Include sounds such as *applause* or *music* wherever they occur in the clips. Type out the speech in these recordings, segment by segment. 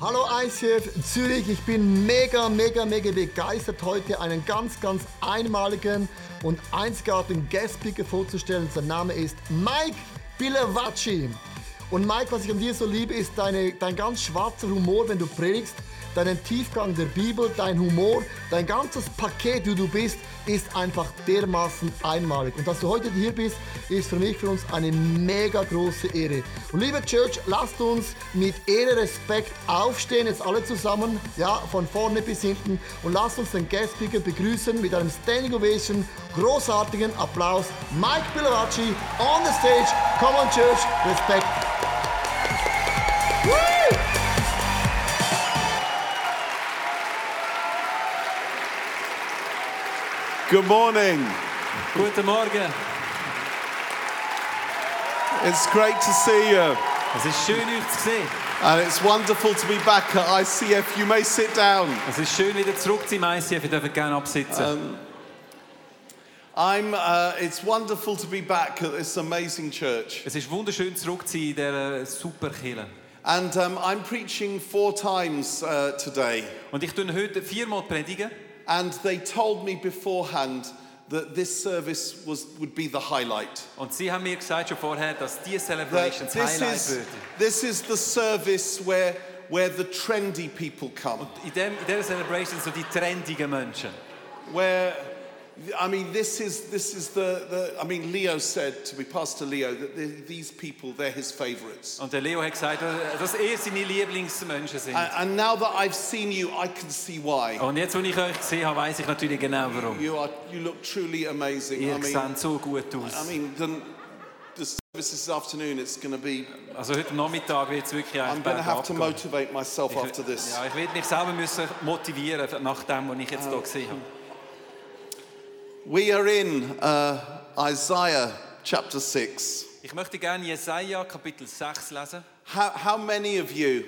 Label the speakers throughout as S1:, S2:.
S1: Kreisschiff Zürich. Ich bin mega, mega, mega begeistert, heute einen ganz, ganz einmaligen und einzigartigen Guest Speaker vorzustellen. Sein Name ist Mike Bilewacci. Und Mike, was ich an dir so liebe, ist deine, dein ganz schwarzer Humor, wenn du predigst, deinen Tiefgang der Bibel, dein Humor, dein ganzes Paket, wie du bist, ist einfach dermaßen einmalig. Und dass du heute hier bist, ist für mich, für uns eine mega große Ehre. Und liebe Church, lasst uns mit Ehre, Respekt aufstehen, jetzt alle zusammen, ja, von vorne bis hinten. Und lasst uns den Guest Speaker begrüßen mit einem Standing Ovation, großartigen Applaus. Mike Bilavacci on the stage. Come on, Church, Respekt. Woo!
S2: Good morning.
S3: Guten Morgen.
S2: It's great to see you.
S3: Es ist schön, euch zu sehen.
S2: And it's wonderful to be back at ICF. You may sit down.
S3: Es ist schön, wieder zurück zu sein, ICF. Ihr dürft gerne absitzen.
S2: Ähm. I'm, uh, it's wonderful to be back at this amazing church.
S3: es ist wunderschön, zurück zu sein in dieser super Kirche.
S2: And um, I'm preaching four times uh, today.
S3: Und ich tue heute viermal predigen.
S2: And they told me beforehand that this service was, would be the highlight.
S3: Und sie haben mir gesagt schon vorher, dass
S2: That
S3: diese Celebration das
S2: this,
S3: Highlight
S2: is,
S3: würde.
S2: this is the service where, where the trendy people come.
S3: In, dem, in dieser Celebration so die trendigen Menschen.
S2: where I mean, this is this is the, the I mean, Leo said to me, Pastor Leo, that the, these people they're his favourites.
S3: Und der Leo hat gesagt, dass er seine Lieblingsmenschen sind.
S2: And, and now that I've seen you, I can see why.
S3: Und jetzt, als ich euch gesehen habe, weiß ich natürlich genau warum.
S2: You are you look truly amazing.
S3: Ihr
S2: I mean,
S3: seht so gut
S2: I
S3: aus.
S2: mean, the, the service this afternoon, it's going to be.
S3: Also heute Nachmittag wird es wirklich
S2: I'm
S3: ein
S2: going to have to
S3: abgehen.
S2: motivate myself
S3: Ich-
S2: after this.
S3: Ja, ich werde mich selber müssen motivieren nach dem, was ich jetzt
S2: Ah,
S3: hier gesehen habe.
S2: We are in uh, Isaiah chapter six.
S3: Ich möchte gerne Jesaja Kapitel 6 lesen.
S2: How, how many of you,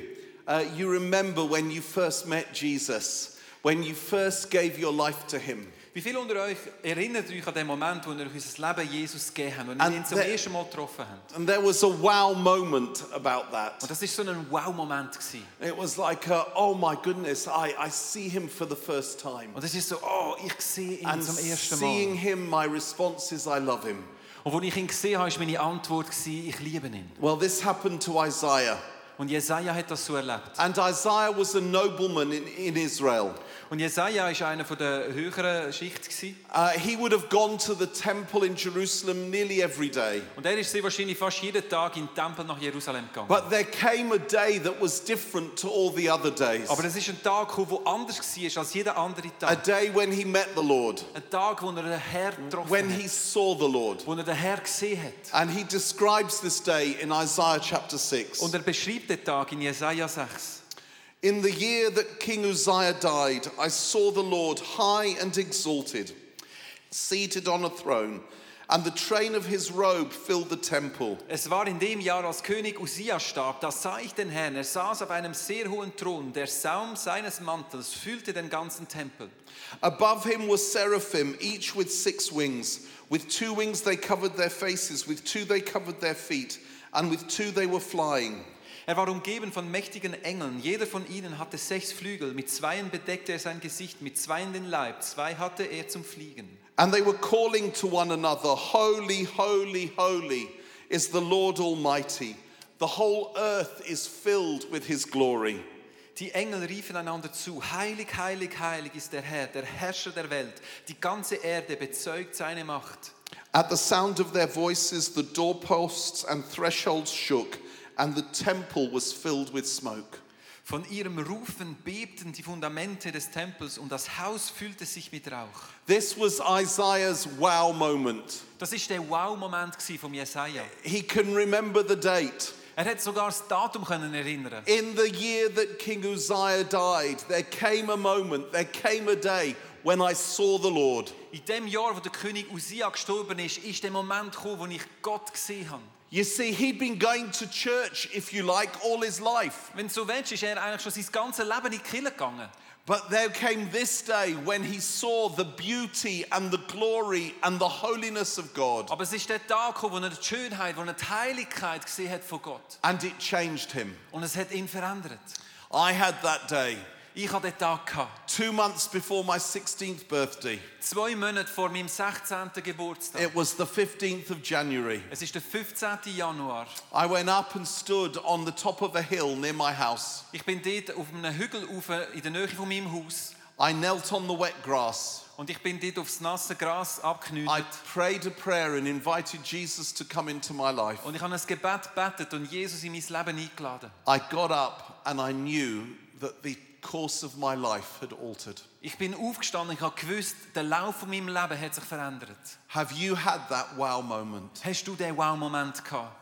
S2: uh, you remember when you first met Jesus, when you first gave your life to him?
S3: Wie viele unter euch erinnert euch an den Moment, wo ihr euch unser Leben Jesus gegeben habt und
S2: And
S3: ihr ihn zum
S2: the-
S3: ersten Mal getroffen habt?
S2: And there was a wow moment about
S3: Und
S2: that.
S3: das war so ein Wow-Moment. gewesen.
S2: It was like, uh, oh my goodness, I, I see him for the first time.
S3: Und es ist so, oh, ich sehe ihn
S2: And
S3: zum ersten
S2: seeing
S3: Mal.
S2: him, my response is, I love him.
S3: Und als ich ihn gesehen habe, war meine Antwort, gewesen, ich liebe ihn.
S2: Well, this happened to Isaiah.
S3: Und Jesaja hat das so erlebt.
S2: And Isaiah was a nobleman in, in Israel.
S3: Und Jesaja war einer von der höheren Schicht. gewesen.
S2: Uh, he would have gone to the temple in Jerusalem nearly every day.
S3: Und er ist sehr wahrscheinlich fast jeden Tag in den Tempel nach Jerusalem gegangen.
S2: But there came a day that was different to all the other days.
S3: Aber es ist ein Tag, gekommen, der anders war als jeder andere
S2: A
S3: Tag.
S2: day when he met the Lord,
S3: Ein Tag, wo er den Herr
S2: when
S3: getroffen
S2: he
S3: hat,
S2: saw the Lord.
S3: wo er den Herr gesehen hat.
S2: And he describes this day in Isaiah chapter 6.
S3: Und er beschreibt den Tag in Jesaja 6.
S2: In the year that King Uzziah died, I saw the Lord high and exalted, seated on a throne, and the train of his robe filled the temple.
S3: Es war in dem Jahr, als König Usia starb, da sah ich den Herrn. Er saß auf einem sehr hohen Thron. Der Saum seines Mantels füllte den ganzen Tempel.
S2: Above him were seraphim, each with six wings. With two wings they covered their faces, with two they covered their feet, and with two they were flying.
S3: Er war umgeben von mächtigen Engeln. Jeder von ihnen hatte sechs Flügel. Mit zweien bedeckte er sein Gesicht, mit zweien den Leib. Zwei hatte er zum Fliegen.
S2: And they were calling to one another, Holy, holy, holy is the Lord Almighty. The whole earth is filled with his glory.
S3: Die Engel riefen einander zu, heilig, heilig, heilig ist der Herr, der Herrscher der Welt. Die ganze Erde bezeugt seine Macht.
S2: At the sound of their voices, the doorposts and thresholds shook, and the temple was filled with smoke.
S3: Von ihrem Rufen bebten die Fundamente des Tempels und das Haus füllte sich mit Rauch.
S2: This was Isaiah's wow moment.
S3: Das ist der Wow-Moment gsi vom Jesaja.
S2: He can remember the date.
S3: Er hat sogar das Datum können erinnern.
S2: In the year that King Uzziah died, there came a moment, there came a day when I saw the Lord.
S3: In dem Jahr, wo der König Usia gestorben ist, ist der Moment gekommen, wo ich Gott gesehen habe.
S2: You see, he'd been going to church, if you like, all his life.
S3: Wenn du so willst, ist er eigentlich schon sein ganzes Leben in die Kirche gegangen.
S2: But there came this day when he saw the beauty and the glory and the holiness of God.
S3: Aber es ist der Tag gekommen, wo er die Schönheit, wo er die Heiligkeit gesehen hat von Gott.
S2: And it changed him.
S3: Und es hat ihn verändert.
S2: I had that day
S3: Ich hatte den Tag. Gehabt.
S2: two months before my 16th birthday.
S3: Zwei Monate vor meinem 16. Geburtstag.
S2: It was the 15th of January.
S3: Es ist der 15. Januar.
S2: I went up and stood on the top of a hill near my house.
S3: Ich bin dort auf einem Hügel rauf, in der Nähe von meinem Haus
S2: I knelt on the wet grass.
S3: und ich bin dort aufs nasse Gras
S2: I
S3: abgeknüllt.
S2: prayed a prayer and invited Jesus to come into my life.
S3: Und ich habe ein Gebet gebetet und Jesus in mein Leben eingeladen.
S2: I got up and I knew that the course of my life had altered.
S3: Ich bin aufgestanden, ich habe gewusst, der Lauf von meinem Leben hat sich verändert.
S2: Have you had that wow moment?
S3: Hast du den Wow-Moment gehabt?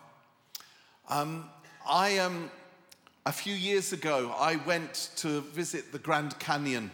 S2: I Um, a few years ago, I went to visit the Grand Canyon,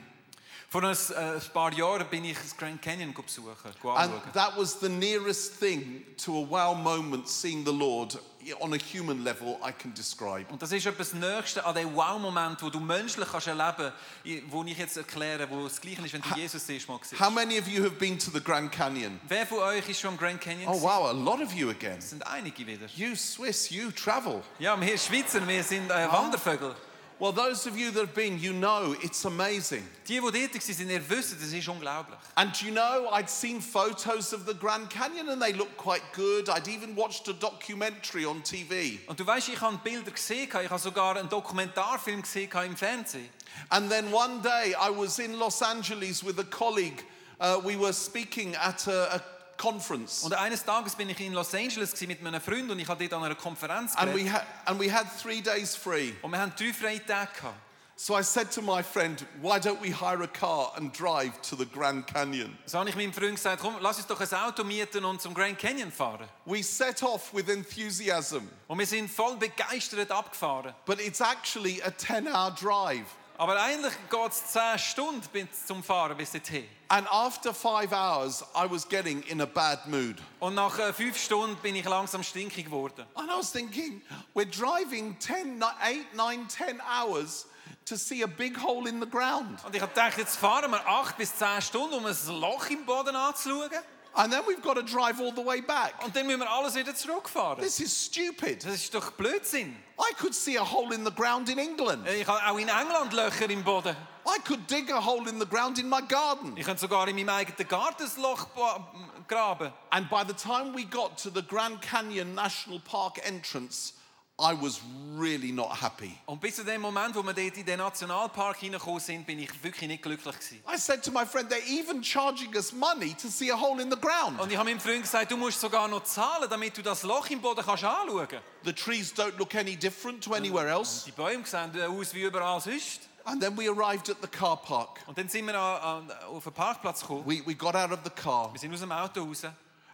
S3: Vor ein, äh, ein paar Jahren bin ich das Grand Canyon go besuchen, go
S2: and
S3: anschauen.
S2: that was the nearest thing to a wow moment seeing the Lord on a human level I can describe.
S3: Und das ist etwas Nächste an dem Wow-Moment, wo du menschlich kannst erleben kannst, wo ich jetzt erkläre, wo es gleich ist, wenn du Jesus siehst, mal siehst.
S2: How many of you have been to the Grand Canyon?
S3: Wer von euch ist schon am Grand Canyon?
S2: Oh,
S3: gewesen?
S2: wow, a lot of you again.
S3: Es sind einige wieder.
S2: You Swiss, you travel.
S3: Ja, wir Schweizer, wir sind
S2: Ah.
S3: äh, Wandervögel.
S2: Well, those of you that have been, you know it's amazing.
S3: Die, die dort waren, ihr wissen, das ist unglaublich.
S2: And do you know, I'd seen photos of the Grand Canyon and they looked quite good. I'd even watched a documentary on TV.
S3: Und du weißt, ich habe Bilder gesehen, ich habe sogar einen Dokumentarfilm gesehen im Fernsehen.
S2: And then one day I was in Los Angeles with a colleague. Uh, we were speaking at a, a conference.
S3: Und eines Tages bin ich in Los Angeles gewesen mit meinem Freund und ich habe dort an einer Konferenz
S2: And we,
S3: geredet.
S2: ha- and we had three days free.
S3: Und wir haben drei freie Tage gehabt.
S2: So I said to my friend, why don't we hire a car and drive to the Grand Canyon?
S3: So habe ich meinem Freund gesagt, komm, lass uns doch ein Auto mieten und zum Grand Canyon fahren.
S2: We set off with enthusiasm,
S3: Und wir sind voll begeistert abgefahren.
S2: but it's actually a 10 hour drive.
S3: Aber eigentlich geht es 10 Stunden bis zum Fahren bis dorthin.
S2: And after five hours, I was getting in a bad mood.
S3: Und nach äh, fünf Stunden bin ich langsam stinkig geworden.
S2: And I was thinking, we're driving 10, ni- 8, 9, 10 hours to see a big hole in the ground.
S3: Und ich habe gedacht, jetzt fahren wir acht bis zehn Stunden, um ein Loch im Boden anzuschauen.
S2: And then we've got to drive all the way back.
S3: Und dann müssen wir alles wieder zurückfahren.
S2: This is stupid.
S3: Das ist doch Blödsinn. Äh,
S2: I could see a hole in the ground in England.
S3: Ich habe auch in England Löcher im Boden.
S2: I could dig a hole in the ground in my garden.
S3: Ich könnte sogar in meinem eigenen Garten ein Loch ba- graben.
S2: And by the time we got to the Grand Canyon National Park entrance, I was really not happy.
S3: Und bis zu dem Moment, wo wir dort in den Nationalpark hineingekommen sind, bin ich wirklich nicht glücklich gewesen.
S2: I said to my friend, they're even charging us money to see a hole in the ground.
S3: Und ich habe meinem Freund gesagt, du musst sogar noch zahlen, damit du das Loch im Boden kannst anschauen kannst.
S2: The trees don't look any different to anywhere else.
S3: Die Bäume sehen äh, aus wie überall sonst.
S2: And then we arrived at the car park.
S3: Und dann sind wir an, an, auf den Parkplatz gekommen.
S2: We, we got out of the car.
S3: Wir sind aus dem Auto raus.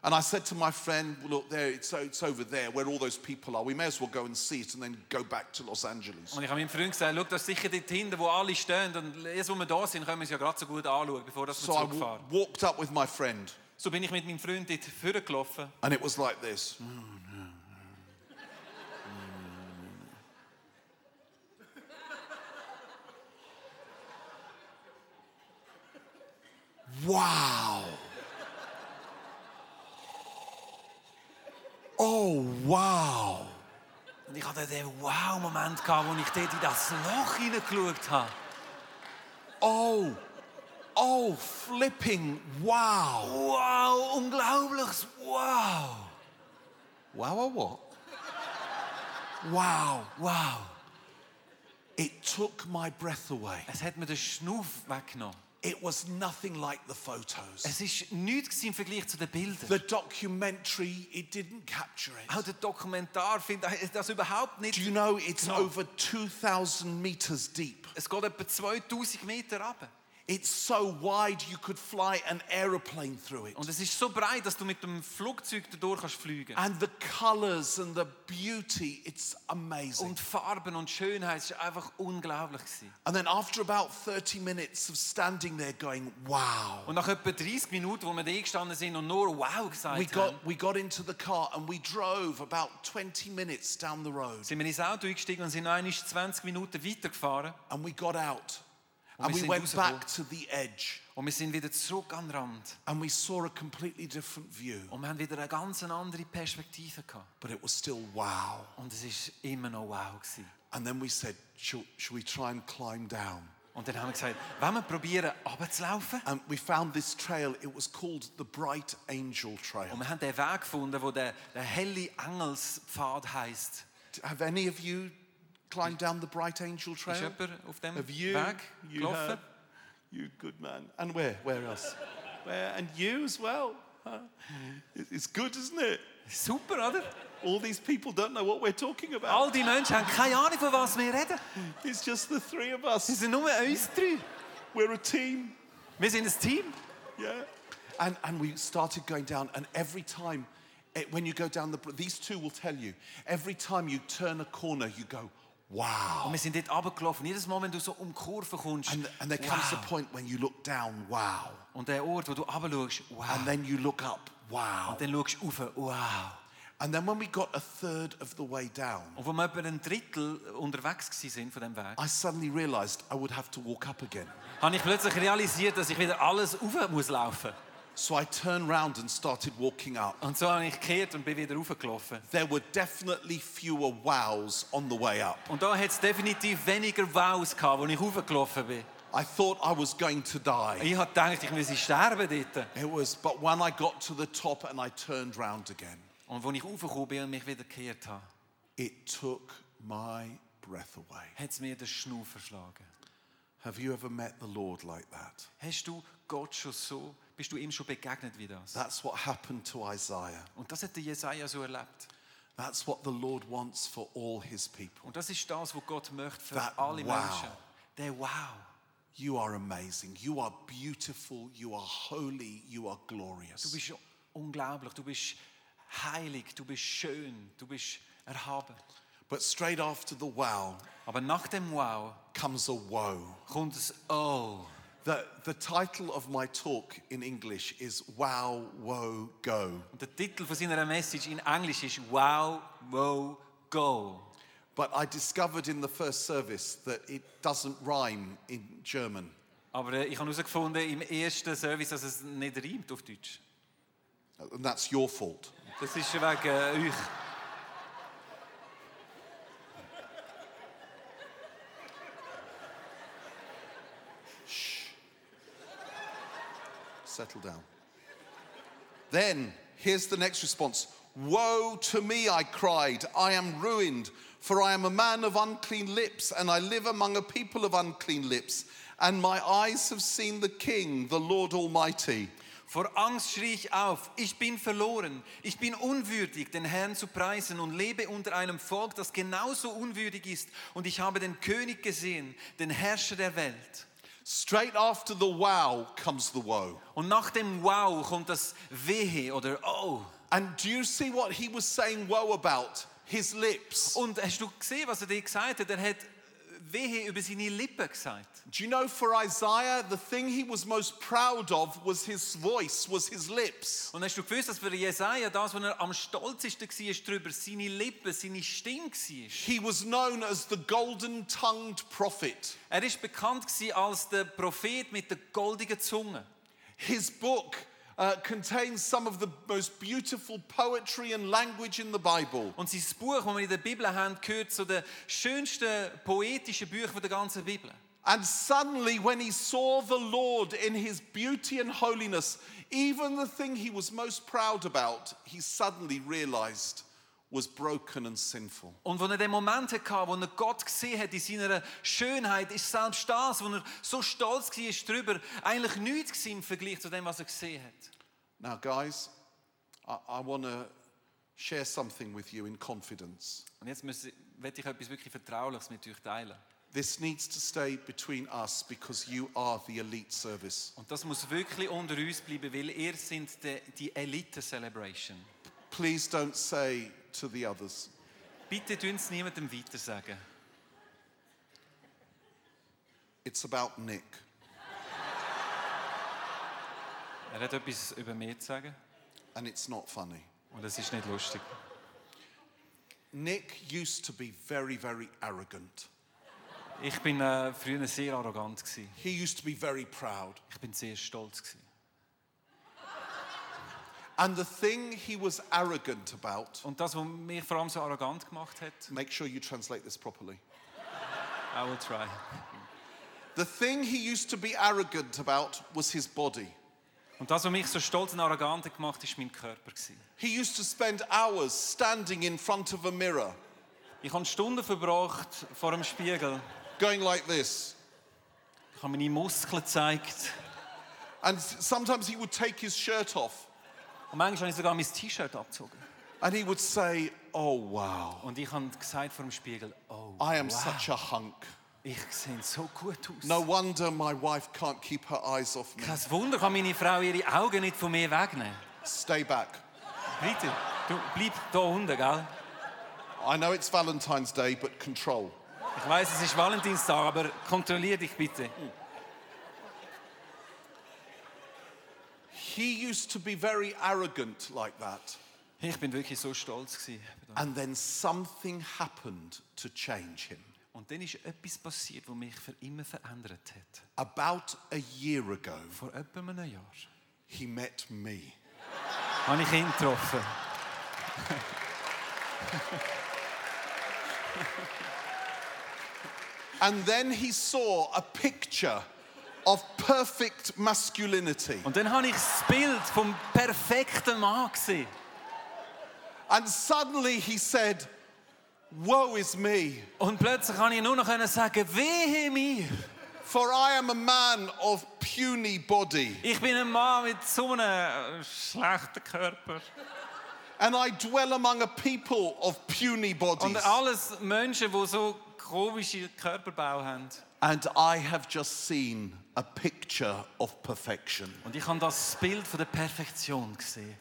S2: And I said to my friend, look, there, it's, it's over there where all those people are. We may as well go and see it and then go back to Los Angeles.
S3: Und ich habe meinem Freund gesagt, schau, das ist sicher dort hinten, wo alle stehen. Und jetzt, wo wir da sind, können wir es ja gerade so gut anschauen, bevor das wir
S2: So I wa-
S3: zurückfahren.
S2: walked up with my friend
S3: So bin ich mit meinem Freund dort vorgelaufen.
S2: and it was like this. Wow. Oh, wow.
S3: Und ich hatte den Wow-Moment, gehabt, wo ich dort in das Loch hineingeschaut habe.
S2: Oh, oh, flipping wow.
S3: Wow, unglaubliches Wow.
S2: Wow, wow, what? Wow.
S3: Wow.
S2: It took my breath away.
S3: Es hat mir den Schnuff weggenommen.
S2: It was nothing like the photos.
S3: Es war nichts gewesen im Vergleich zu den Bildern.
S2: The documentary, it didn't capture
S3: Auch
S2: it.
S3: der Dokumentarfilm, da hat das überhaupt nicht.
S2: Do you know it's
S3: Genau.
S2: over 2,000 meters deep?
S3: Es geht etwa 2000 Meter ab.
S2: It's so wide you could fly an aeroplane through it.
S3: Und es ist so breit, dass du mit dem Flugzeug dadurch kannst fliegen
S2: And the colors and the beauty, it's amazing.
S3: Und Farben und Schönheit, es war einfach unglaublich. Gewesen.
S2: And then after about 30 minutes of standing there going, wow.
S3: Und nach etwa 30 Minuten, wo wir da gestanden sind und nur «Wow» gesagt
S2: We
S3: haben,
S2: got, we got into the car and we drove about 20 minutes down the road
S3: sind wir ins Auto eingestiegen und sind noch einmal 20 Minuten weitergefahren.
S2: and we got out
S3: Und
S2: and we
S3: wir sind
S2: went
S3: rausgekommen.
S2: back to the edge
S3: Und wir sind wieder zurück an den Rand.
S2: and we saw a completely different view,
S3: Und wir haben wieder eine ganz andere Perspektive. Gehabt.
S2: but it was still wow.
S3: Und es war immer noch «Wow». Gewesen.
S2: And then we said, should, should we try and climb down?
S3: Und dann haben wir gesagt, wollen wir probieren, runterzulaufen?
S2: And we found this trail. It was called the Bright Angel
S3: Und
S2: Trail.
S3: wir haben den Weg gefunden, wo der, der helle Engelspfad heisst.
S2: Have any of you climbed down the Bright Angel
S3: Ist
S2: Trail?
S3: jemand auf dem
S2: Have you?
S3: Weg
S4: You
S3: gelaufen?
S4: have.
S2: You good man. And where? Where *laughs* else?
S4: Where, and you as well. huh? Hmm.
S2: It- It's good, isn't it?
S3: Super, oder?
S4: All these people don't know what we're talking about.
S3: All die Menschen haben keine Ahnung, von was wir reden.
S4: It's just the three of
S3: Sie
S4: us.
S3: sind nur uns drei.
S4: We're a team.
S3: Wir sind ein Team.
S4: Yeah.
S2: And, and we started going down, and every time, eh, when you go down the, br- these two will tell you, every time you turn a corner, you go, wow.
S3: Wir sind dort runtergelaufen. Jedes Mal, wenn du so um die Kurve kommst,
S2: And, and there comes a point when you look down, wow.
S3: Und der Ort, wo du runterschaust, wow.
S4: Ah.
S2: And then you look up, wow.
S3: Und dann schaust du rauf, wow.
S2: And then when we got a third of the way down,
S3: Und wo wir etwa ein Drittel unterwegs gewesen sind von dem Weg,
S2: I suddenly realized I would have to walk up again.
S3: habe ich plötzlich realisiert, dass ich wieder alles rauf muss laufen.
S2: So I turned round and started walking up.
S3: Und so habe ich gekehrt und bin wieder raufgelaufen.
S2: There were definitely fewer wows on the way up.
S3: Und da hat es definitiv weniger Wows gehabt, als ich raufgelaufen bin.
S2: I thought I was going to die.
S3: Ich habe gedacht, ich müsse sterben dort.
S2: It was, but when I got to the top and I turned round again,
S3: Und als ich raufgekommen bin und mich wieder gekehrt habe,
S2: it took my breath away.
S3: hat es mir den Schnuff verschlagen.
S2: Have you ever met the Lord like that?
S3: Hast du Gott schon so, bist du ihm schon begegnet wie das?
S2: That's what happened to Isaiah.
S3: Und das hat der Jesaja so erlebt.
S2: That's what the Lord wants for all his people.
S3: Und das ist das, was Gott möchte für
S2: That
S3: alle
S2: wow.
S3: Menschen. Der Wow.
S2: You are amazing. You are beautiful. You are holy. You are
S3: Du
S2: glorious.
S3: bist unglaublich, du bist heilig, du bist schön, du bist erhaben.
S2: But straight after the wow
S3: Aber nach dem Wow
S2: comes a woe.
S3: kommt es Oh.
S2: The, the title of my talk in English is Wow, Woe, Go.
S3: Und der Titel von seiner Message in Englisch ist Wow, Wow, Go.
S2: But I discovered in the first service that it doesn't rhyme in German.
S3: Aber äh, ich habe herausgefunden im ersten Service, dass es nicht reimt auf Deutsch.
S2: And that's your fault.
S3: Das ist wegen äh, euch.
S2: Settle down. Then, here's the next response Woe to me, I cried. I am ruined, for I am a man of unclean lips, and I live among a people of unclean lips. And my eyes have seen the King, the Lord Almighty.
S3: Vor Angst schrie ich auf, ich bin verloren, ich bin unwürdig, den Herrn zu preisen und lebe unter einem Volk, das genauso unwürdig ist. Und ich habe den König gesehen, den Herrscher der Welt.
S2: Straight after the wow comes the woe.
S3: Und nach dem Wow kommt das Wehe oder Oh.
S2: And do you see what he was saying woe about? His lips.
S3: Und hast du gesehen, was er dir gesagt hat? Er hat Wehe über seine Lippen gesagt.
S2: Do you know for Isaiah, the thing he was most proud of was his voice, was his lips.
S3: Und hast du gewusst, dass für Jesaja das, was er am stolzesten war drüber, seine Lippen, seine Stimme war?
S2: He was known as the golden tongued prophet.
S3: Er ist bekannt gewesen als der Prophet mit der goldigen Zunge.
S2: His book uh, contains some of the most beautiful poetry and language in the Bible.
S3: Und sein Buch, das wir in der Bibel haben, gehört zu den schönsten poetischen Büchern der ganzen Bibel.
S2: And suddenly, when he saw the Lord in his beauty and holiness, even the thing he was most proud about, he suddenly realized was broken and sinful.
S3: Und als er den Moment hatte, wo er Gott gesehen hat in seiner Schönheit, ist selbst das, wo er so stolz war darüber, eigentlich nichts gewesen im Vergleich zu dem, was er gesehen hat.
S2: Now, guys, I, I want to share something with you in confidence.
S3: Und jetzt möchte ich etwas wirklich Vertrauliches mit euch teilen.
S2: This needs to stay between us because you are the elite service.
S3: Und das muss wirklich unter uns bleiben, weil ihr sind die, die Elite-Celebration.
S2: Please don't say to the others,
S3: Bitte tun es niemandem weitersagen.
S2: it's about Nick.
S3: Er hat etwas über mich zu sagen
S2: And it's not funny.
S3: und es ist nicht lustig.
S2: Nick used to be very, very arrogant.
S3: Ich bin äh, früher sehr arrogant. Gewesen.
S2: He used to be very proud.
S3: Ich bin sehr stolz. Gewesen.
S2: And the thing he was arrogant about,
S3: Und das, was mich vor allem so arrogant gemacht hat,
S2: make sure you translate this properly.
S3: I will try.
S2: The thing he used to be arrogant about was his body.
S3: Und das, was mich so stolz und arrogant hat gemacht hat, war mein Körper. gewesen.
S2: He used to spend hours standing in front of a mirror,
S3: Ich habe Stunden verbracht vor dem Spiegel.
S2: going like this.
S3: Ich habe meine Muskeln gezeigt.
S2: And s- sometimes he would take his shirt off
S3: Und manchmal habe ich sogar mein T-Shirt abgezogen.
S2: and he would say, Oh, wow,
S3: Und ich habe gesagt vor dem Spiegel, oh,
S2: I am
S3: wow,
S2: such a hunk.
S3: ich sehe so gut aus.
S2: No wonder my wife can't keep her eyes off me.
S3: Kein Wunder kann meine Frau ihre Augen nicht von mir wegnehmen.
S2: Stay back.
S3: Bitte, du bleib da unten, gell?
S2: I know it's Valentine's Day, but control.
S3: Ich weiß, es ist Valentinstag, aber kontrollier dich bitte.
S2: He used to be very arrogant like that.
S3: Ich bin wirklich so stolz gewesen.
S2: And then something happened to change him.
S3: Und dann ist etwas passiert, was mich für immer verändert hat.
S2: About a year ago,
S3: Vor etwa einem Jahr
S2: he met me.
S3: habe ich ihn getroffen.
S2: And then he saw a picture of perfect masculinity.
S3: Und dann habe ich das Bild vom perfekten Mann gesehen.
S2: And suddenly he said, Woe is me,
S3: Und plötzlich kann ich nur noch sagen, wehe mir.
S2: for I am a man of puny body,
S3: Ich bin ein Mann mit so einem äh, schlechten Körper.
S2: and I dwell among a people of puny
S3: Und
S2: bodies.
S3: alles Menschen, die so komische Körperbau haben.
S2: And I have just seen a picture of perfection.
S3: Und ich habe das Bild von der Perfektion gesehen.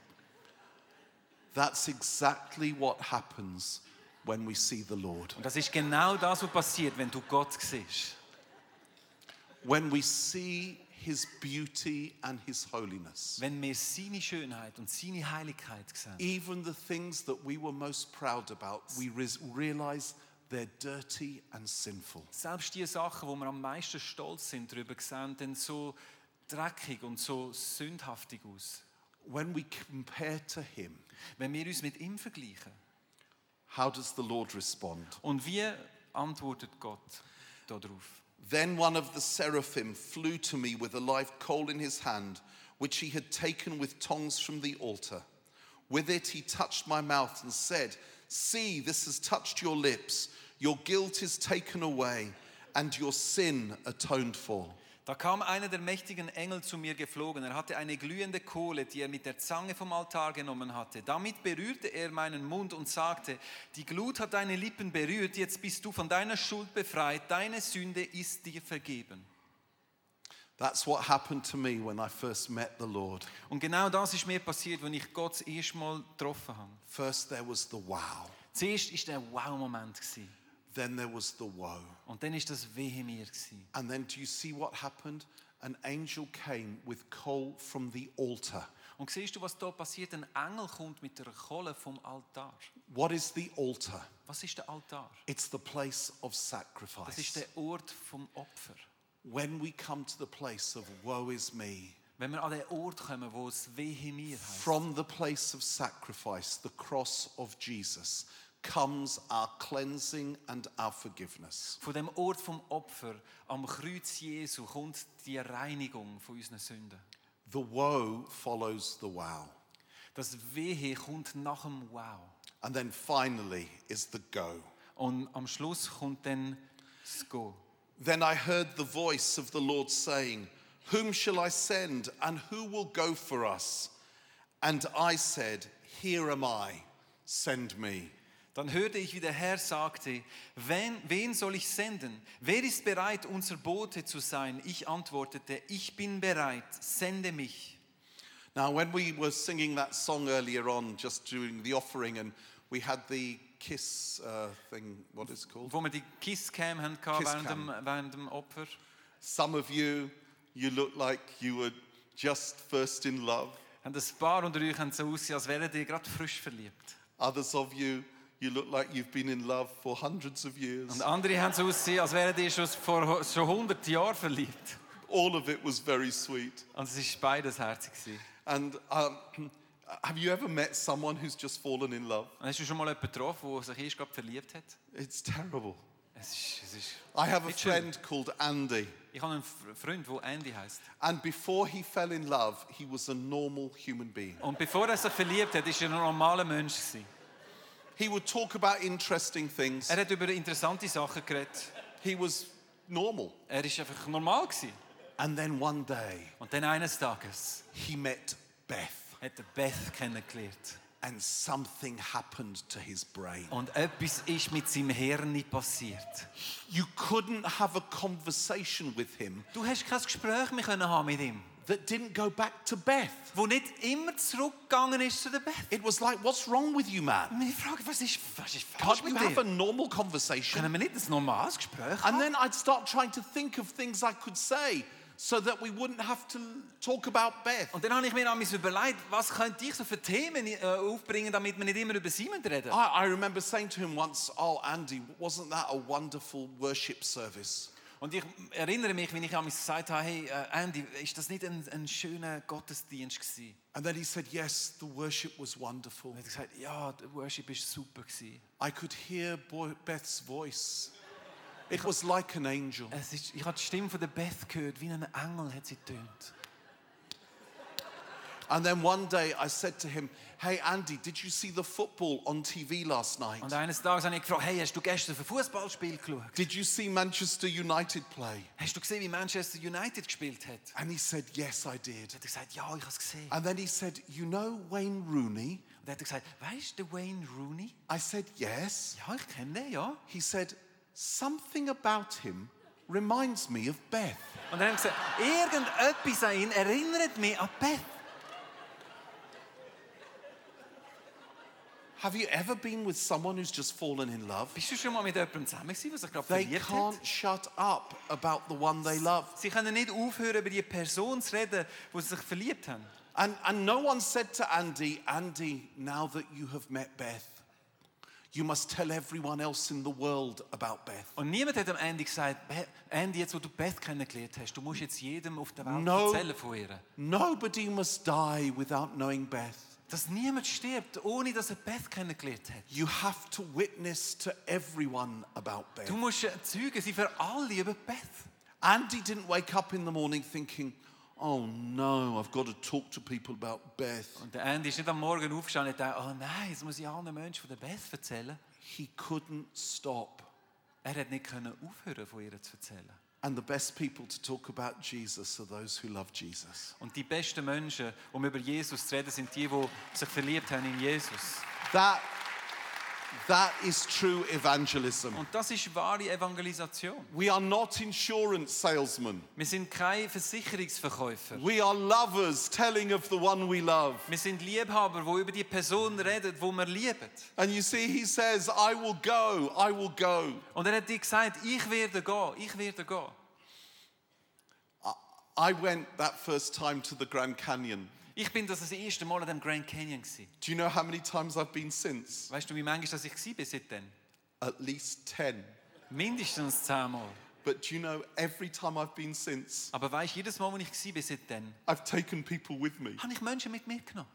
S2: That's exactly what happens when we see the Lord.
S3: Und das ist genau das, was passiert, wenn du Gott siehst.
S2: When we see his beauty and his holiness,
S3: Wenn wir seine Schönheit und seine Heiligkeit sehen.
S2: even the things that we were most proud about, we res- realize they're dirty and sinful.
S3: Selbst die Sachen, wo wir am meisten stolz sind darüber, sehen dann so dreckig und so sündhaftig aus.
S2: When we compare to him,
S3: Wenn wir uns mit ihm vergleichen.
S2: how does the Lord respond?
S3: Und wie antwortet Gott darauf?
S2: Then one of the seraphim flew to me with a live coal in his hand, which he had taken with tongs from the altar. With it he touched my mouth and said, See, this has touched your lips. Your guilt is taken away and your sin atoned for.
S3: Da kam einer der mächtigen Engel zu mir geflogen. Er hatte eine glühende Kohle, die er mit der Zange vom Altar genommen hatte. Damit berührte er meinen Mund und sagte, die Glut hat deine Lippen berührt, jetzt bist du von deiner Schuld befreit, deine Sünde ist dir vergeben.
S2: That's what happened to me when I first met the Lord.
S3: Und genau das ist mir passiert, wenn ich Gott das erste Mal getroffen habe.
S2: First there was the wow,
S3: Zuerst war der Wow-Moment. gewesen.
S2: then there was the woe.
S3: Und dann ist das Wehe mir. gewesen.
S2: And then do you see what happened? An angel came with coal from the altar.
S3: Und siehst du, was da passiert? Ein Engel kommt mit der Kohle vom Altar.
S2: What is the altar?
S3: Was ist der Altar?
S2: It's the place of
S3: Das ist
S2: sacrifice.
S3: der Ort vom Opfer.
S2: When we come to the place of woe is me,
S3: Wenn wir an den Ort kommen, wo es Wehe mir heißt,
S2: from the place of sacrifice, the cross of Jesus, comes our cleansing and our forgiveness.
S3: von dem Ort vom Opfer am Kreuz Jesu kommt die Reinigung von unseren Sünden.
S2: The woe follows the wow.
S3: Das Wehe kommt nach dem Wow.
S2: And then finally is the go.
S3: Und am Schluss kommt dann das Go.
S2: Then I heard the voice of the Lord saying, Whom shall I send and who will go for us? And I said, Here am I, send me.
S3: Dann hörte ich, wie der Herr sagte, wen, wen soll ich senden? Wer ist bereit, unser Bote zu sein? Ich antwortete, ich bin bereit, sende mich.
S2: Now, when we were singing that song earlier on, just during the offering, and we had the kiss uh, thing, what is it called?
S3: Wo wir die Kisscam hatten während,
S2: Kisscam.
S3: dem- während dem Opfer.
S2: Some of you, you look like you were just first in love.
S3: Und ein paar unter euch haben so ausgesehen, als wären die gerade frisch verliebt.
S2: Others of you, you look like you've been in love for hundreds of years.
S3: Und andere haben so ausgesehen, als wären die schon vor schon 100 Jahren verliebt.
S2: All of it was very sweet.
S3: Und es war beides herzig. gewesen.
S2: And um, *clears throat* Have you ever met someone who's just fallen in love?
S3: Und hast du schon mal jemanden getroffen, der sich erst gerade verliebt hat?
S2: It's terrible.
S3: Es ist, es ist
S2: I have a
S3: nicht schön.
S2: friend called Andy,
S3: Ich habe einen Fr- Freund, der Andy heißt.
S2: and before he fell in love, he was a normal human being.
S3: Und bevor er sich verliebt hat, war er ein normaler Mensch. gewesen.
S2: He would talk about interesting things.
S3: Er hat über interessante Sachen geredet.
S2: He was normal.
S3: Er war einfach normal. Gewesen.
S2: And then one day,
S3: Und dann eines Tages
S2: he met Beth,
S3: hat er Beth kennengelernt.
S2: and something happened to his brain.
S3: Und etwas ist mit seinem Hirn nicht passiert.
S2: You couldn't have a conversation with him
S3: Du hast kein Gespräch mehr können haben mit ihm,
S2: that didn't go back to Beth.
S3: wo nicht immer zurückgegangen ist zu der Beth.
S2: It was like, what's wrong with you, man?
S3: Und ich frage, was ist, was ist falsch
S2: Can't you
S3: mit
S2: have a
S3: dir? Ah,
S2: normal conversation?
S3: Können wir nicht ein normales Gespräch
S2: And
S3: haben?
S2: then I'd start trying to think of things I could say so that we wouldn't have to talk about Beth.
S3: Und dann habe ich mir damals überlegt, was könnte ich so für Themen äh, aufbringen, damit wir nicht immer über sie müssen reden.
S2: I, I remember saying to him once, Oh, Andy, wasn't that a wonderful worship service?
S3: Und ich erinnere mich, wie ich damals gesagt habe, hey äh, Andy, ist das nicht ein, ein schöner Gottesdienst gewesen?
S2: And then he said, Yes, the worship was wonderful.
S3: Und er hat gesagt, ja, der Worship war super. Gewesen.
S2: I could hear boy, Beth's voice. It was like an angel.
S3: Es ist, ich habe die Stimme von der Beth gehört, wie ein Engel hat sie tönt.
S2: And then one day I said to him, Hey, Andy, did you see the football on TV last night?
S3: Und eines Tages habe ich gefragt, hey, hast du gestern für Fußballspiel geschaut?
S2: Did you see Manchester United play?
S3: Hast du gesehen, wie Manchester United gespielt hat? Und
S2: And he said, Yes, I did.
S3: er hat gesagt, ja, ich habe es gesehen.
S2: And then he said, You know Wayne Rooney?
S3: Und er hat gesagt, weißt du, Wayne Rooney?
S2: I said, Yes.
S3: Ja, ich kenne den, ja.
S2: He said, Something about him reminds me of Beth.
S3: Und dann haben sie gesagt, irgendetwas an ihn erinnert mich an Beth.
S2: Have you ever been with someone who's just fallen in love?
S3: Bist du schon mal mit jemandem zusammen gewesen, der sich gerade
S2: They
S3: verliebt hat?
S2: can't shut up about the one they love.
S3: Sie können nicht aufhören, über die Person zu reden, wo sie sich verliebt haben.
S2: And, and no one said to Andy, Andy, now that you have met Beth, you must tell everyone else in the world about Beth.
S3: Und niemand hat am Andy gesagt, "Be- Andy, jetzt, wo du Beth kennengelernt hast, du musst jetzt jedem auf der Welt
S2: No.
S3: erzählen von ihr.
S2: Nobody must die without knowing Beth.
S3: Dass niemand stirbt, ohne dass er Beth kennengelernt hat.
S2: You have to witness to everyone about Beth.
S3: Du musst Zeugen sein für alle über Beth.
S2: Andy didn't wake up in the morning thinking, oh no, I've got to talk to people about Beth.
S3: Und der Andy ist nicht am Morgen aufgestanden und dachte, oh nein, jetzt muss ich allen Menschen von der Beth erzählen.
S2: He couldn't stop.
S3: Er hat nicht können aufhören, von ihr zu erzählen.
S2: And the best people to talk about Jesus are those who love Jesus.
S3: Und die besten Menschen, um über Jesus zu reden, sind die, die sich verliebt haben in Jesus.
S2: That, that is true evangelism.
S3: Und das ist wahre Evangelisation.
S2: We are not insurance salesmen.
S3: Wir sind keine Versicherungsverkäufer.
S2: We are lovers telling of the one we love.
S3: Wir sind Liebhaber, die über die Person reden, die wir lieben.
S2: And you see, he says, I will go, I will go.
S3: Und er hat dir gesagt, ich werde gehen, ich werde gehen.
S2: I went that first time to the Grand Canyon.
S3: Ich bin das das erste Mal an dem Grand Canyon. Gewesen.
S2: Do you know how many times I've been since?
S3: Weißt du, wie manchmal dass ich war bis seitdem?
S2: At least 10.
S3: Mindestens zehnmal.
S2: But do you know, every time I've been since,
S3: Aber weißt du, jedes Mal, wo ich war bis seitdem,
S2: I've taken people with me.
S3: habe ich Menschen mit mir genommen.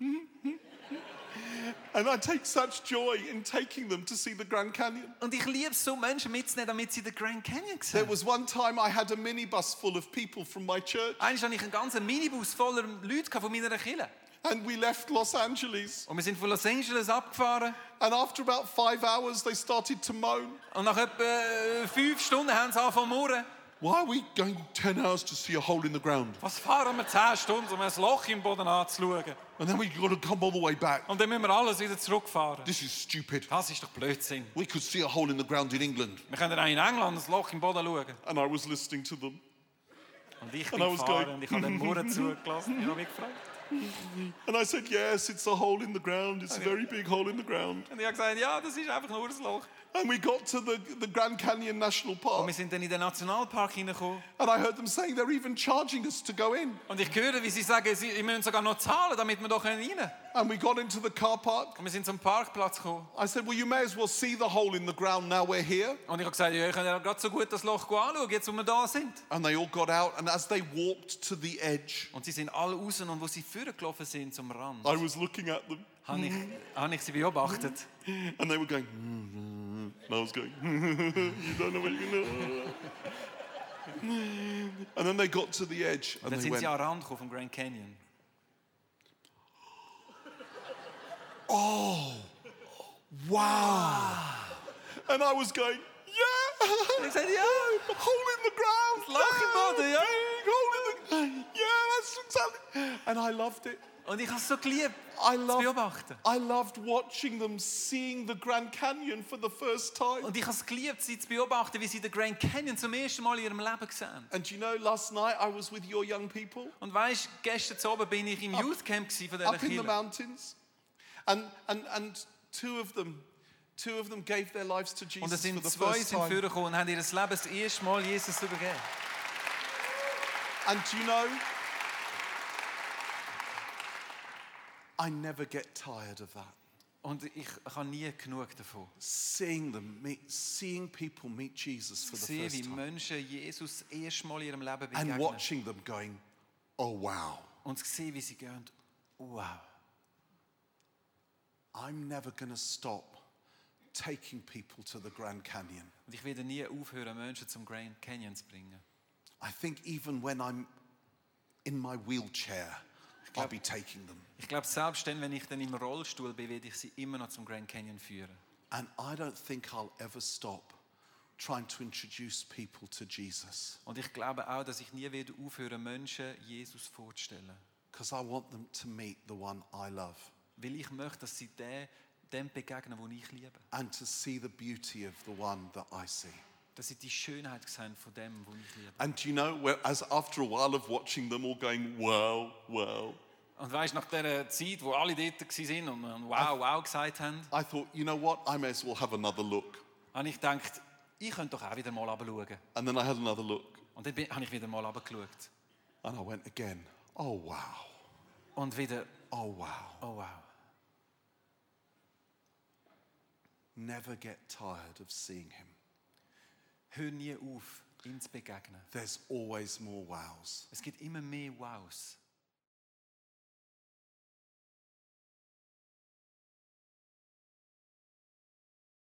S2: And I take such joy in taking them to see the Grand Canyon.
S3: Und ich liebe es so, Menschen mitzunehmen, damit sie den Grand Canyon
S2: There
S3: sehen.
S2: was one time I had a minibus full of people from my church,
S3: Einmal hatte ich einen ganzen Minibus voller Leute von meiner Kirche.
S2: and we left Los Angeles.
S3: Und wir sind von Los Angeles abgefahren.
S2: And after about five hours, they started to moan.
S3: Und nach etwa äh, fünf Stunden haben sie angefangen zu murren.
S2: Why are we going 10 hours to see a hole in the ground?
S3: Was fahren wir 10 Stunden, um ein Loch im Boden anzuschauen?
S2: And then we got to come all the way back.
S3: Und dann müssen wir alles wieder zurückfahren.
S2: This is stupid.
S3: Das ist doch Blödsinn.
S2: We could see a hole in the ground in England.
S3: Wir können auch in England ein Loch im Boden schauen.
S4: And I was listening to them.
S3: Und ich bin
S4: Und I was
S3: gefahren
S4: going-
S3: und ich habe den Murren zugelassen. Ich habe mich gefragt.
S4: And I said, Yes, it's a hole in the ground. It's a very big hole in the ground.
S3: Und ich habe gesagt, ja, das ist einfach nur ein Loch.
S2: And we got to the, the Grand Canyon National
S3: Und wir
S2: Park.
S3: sind dann in den Nationalpark hineingekommen.
S2: And I heard them saying they're even charging us to go in.
S3: Und ich höre, wie sie sagen, sie, ihr müsst sogar noch zahlen, damit wir doch rein können.
S2: And we got into the car park.
S3: Und wir sind zum Parkplatz gekommen.
S2: I said, Well, you may as well see the hole in the ground now we're here.
S3: Und ich habe gesagt, ja, ihr könnt ja gerade so gut das Loch anschauen, jetzt wo wir da sind.
S2: And they all got out. And as they walked to the edge,
S3: Und sie sind alle raus und wo sie vorgelaufen sind zum Rand,
S4: I was looking at them
S3: habe ich, habe ich sie beobachtet.
S4: and they were going,
S2: "Mm-hmm."
S4: and I was
S2: *laughs*
S4: going, you don't know what you know.
S2: and then they got to the edge and
S3: Dann
S2: they
S3: sind
S2: went,
S3: sie am Rand gekommen vom Grand Canyon.
S2: Wow.
S4: And I was going, yeah,
S3: Und ich sagte, ja,
S4: hole in the ground.
S3: Loch im Boden, ja.
S4: Hole in the, yeah, that's exactly.
S2: And I loved it.
S3: Und ich habe es so geliebt,
S2: I
S3: zu
S2: loved,
S3: beobachten.
S2: I loved watching them seeing the Grand Canyon for the first time.
S3: Und ich habe es geliebt, sie zu beobachten, wie sie den Grand Canyon zum ersten Mal in ihrem Leben sehen.
S2: And you know, last night I was with your young people
S3: Und weißt, gestern Abend bin ich im Youth Camp gewesen von dieser
S2: up in the
S3: Kirche.
S2: mountains. And, and, and two of them, two of them gave their lives to
S3: Und
S2: Jesus for
S3: es sind
S2: the
S3: zwei
S2: first
S3: sind
S2: time.
S3: vorgekommen und haben ihr Leben das erste Mal Jesus übergeben.
S2: And do you know, I never get tired of that.
S3: Und ich habe nie genug davon.
S2: Seeing them, meet, seeing people meet Jesus for the
S3: Sehen, wie
S2: first time.
S3: Menschen Jesus das erste Mal in ihrem Leben
S2: And
S3: begegnen.
S2: watching them going, oh wow,
S3: Und sehen, wie sie gehen. Wow.
S2: I'm never going to stop taking people to the Grand Canyon.
S3: Und ich werde nie aufhören, Menschen zum Grand Canyon zu bringen.
S2: I think even when I'm in my wheelchair, I'll be taking them.
S3: Ich glaube, selbst dann, wenn ich dann im Rollstuhl bin, werde ich sie immer noch zum Grand Canyon führen.
S2: And I don't think I'll ever stop trying to introduce people to Jesus
S3: Und ich glaube auch, dass ich nie werde aufhören, Menschen Jesus vorzustellen.
S2: because I want them to meet the one I love
S3: Weil ich möchte, dass sie dem, dem begegnen, den ich liebe.
S2: and to see the beauty of the one that I see.
S3: Dass sie die Schönheit sehen von dem, den ich liebe.
S4: And do you know, well, as after a while of watching them all going, wow, wow,
S3: Und weißt du, nach dieser Zeit, wo alle dort waren und man wow, wow gesagt haben,
S4: I thought, you know what, I may as well have another look.
S3: habe ich gedacht, ich könnte doch auch wieder mal runterschauen.
S4: And then I had another look
S3: Und dann bin- habe ich wieder mal runtergeschaut.
S2: And I went again, oh wow,
S3: Und wieder,
S2: oh wow.
S3: oh wow.
S2: Never get tired of seeing him.
S3: Hör nie auf, ihm zu begegnen.
S2: There's always more wows.
S3: Es gibt immer mehr Wows.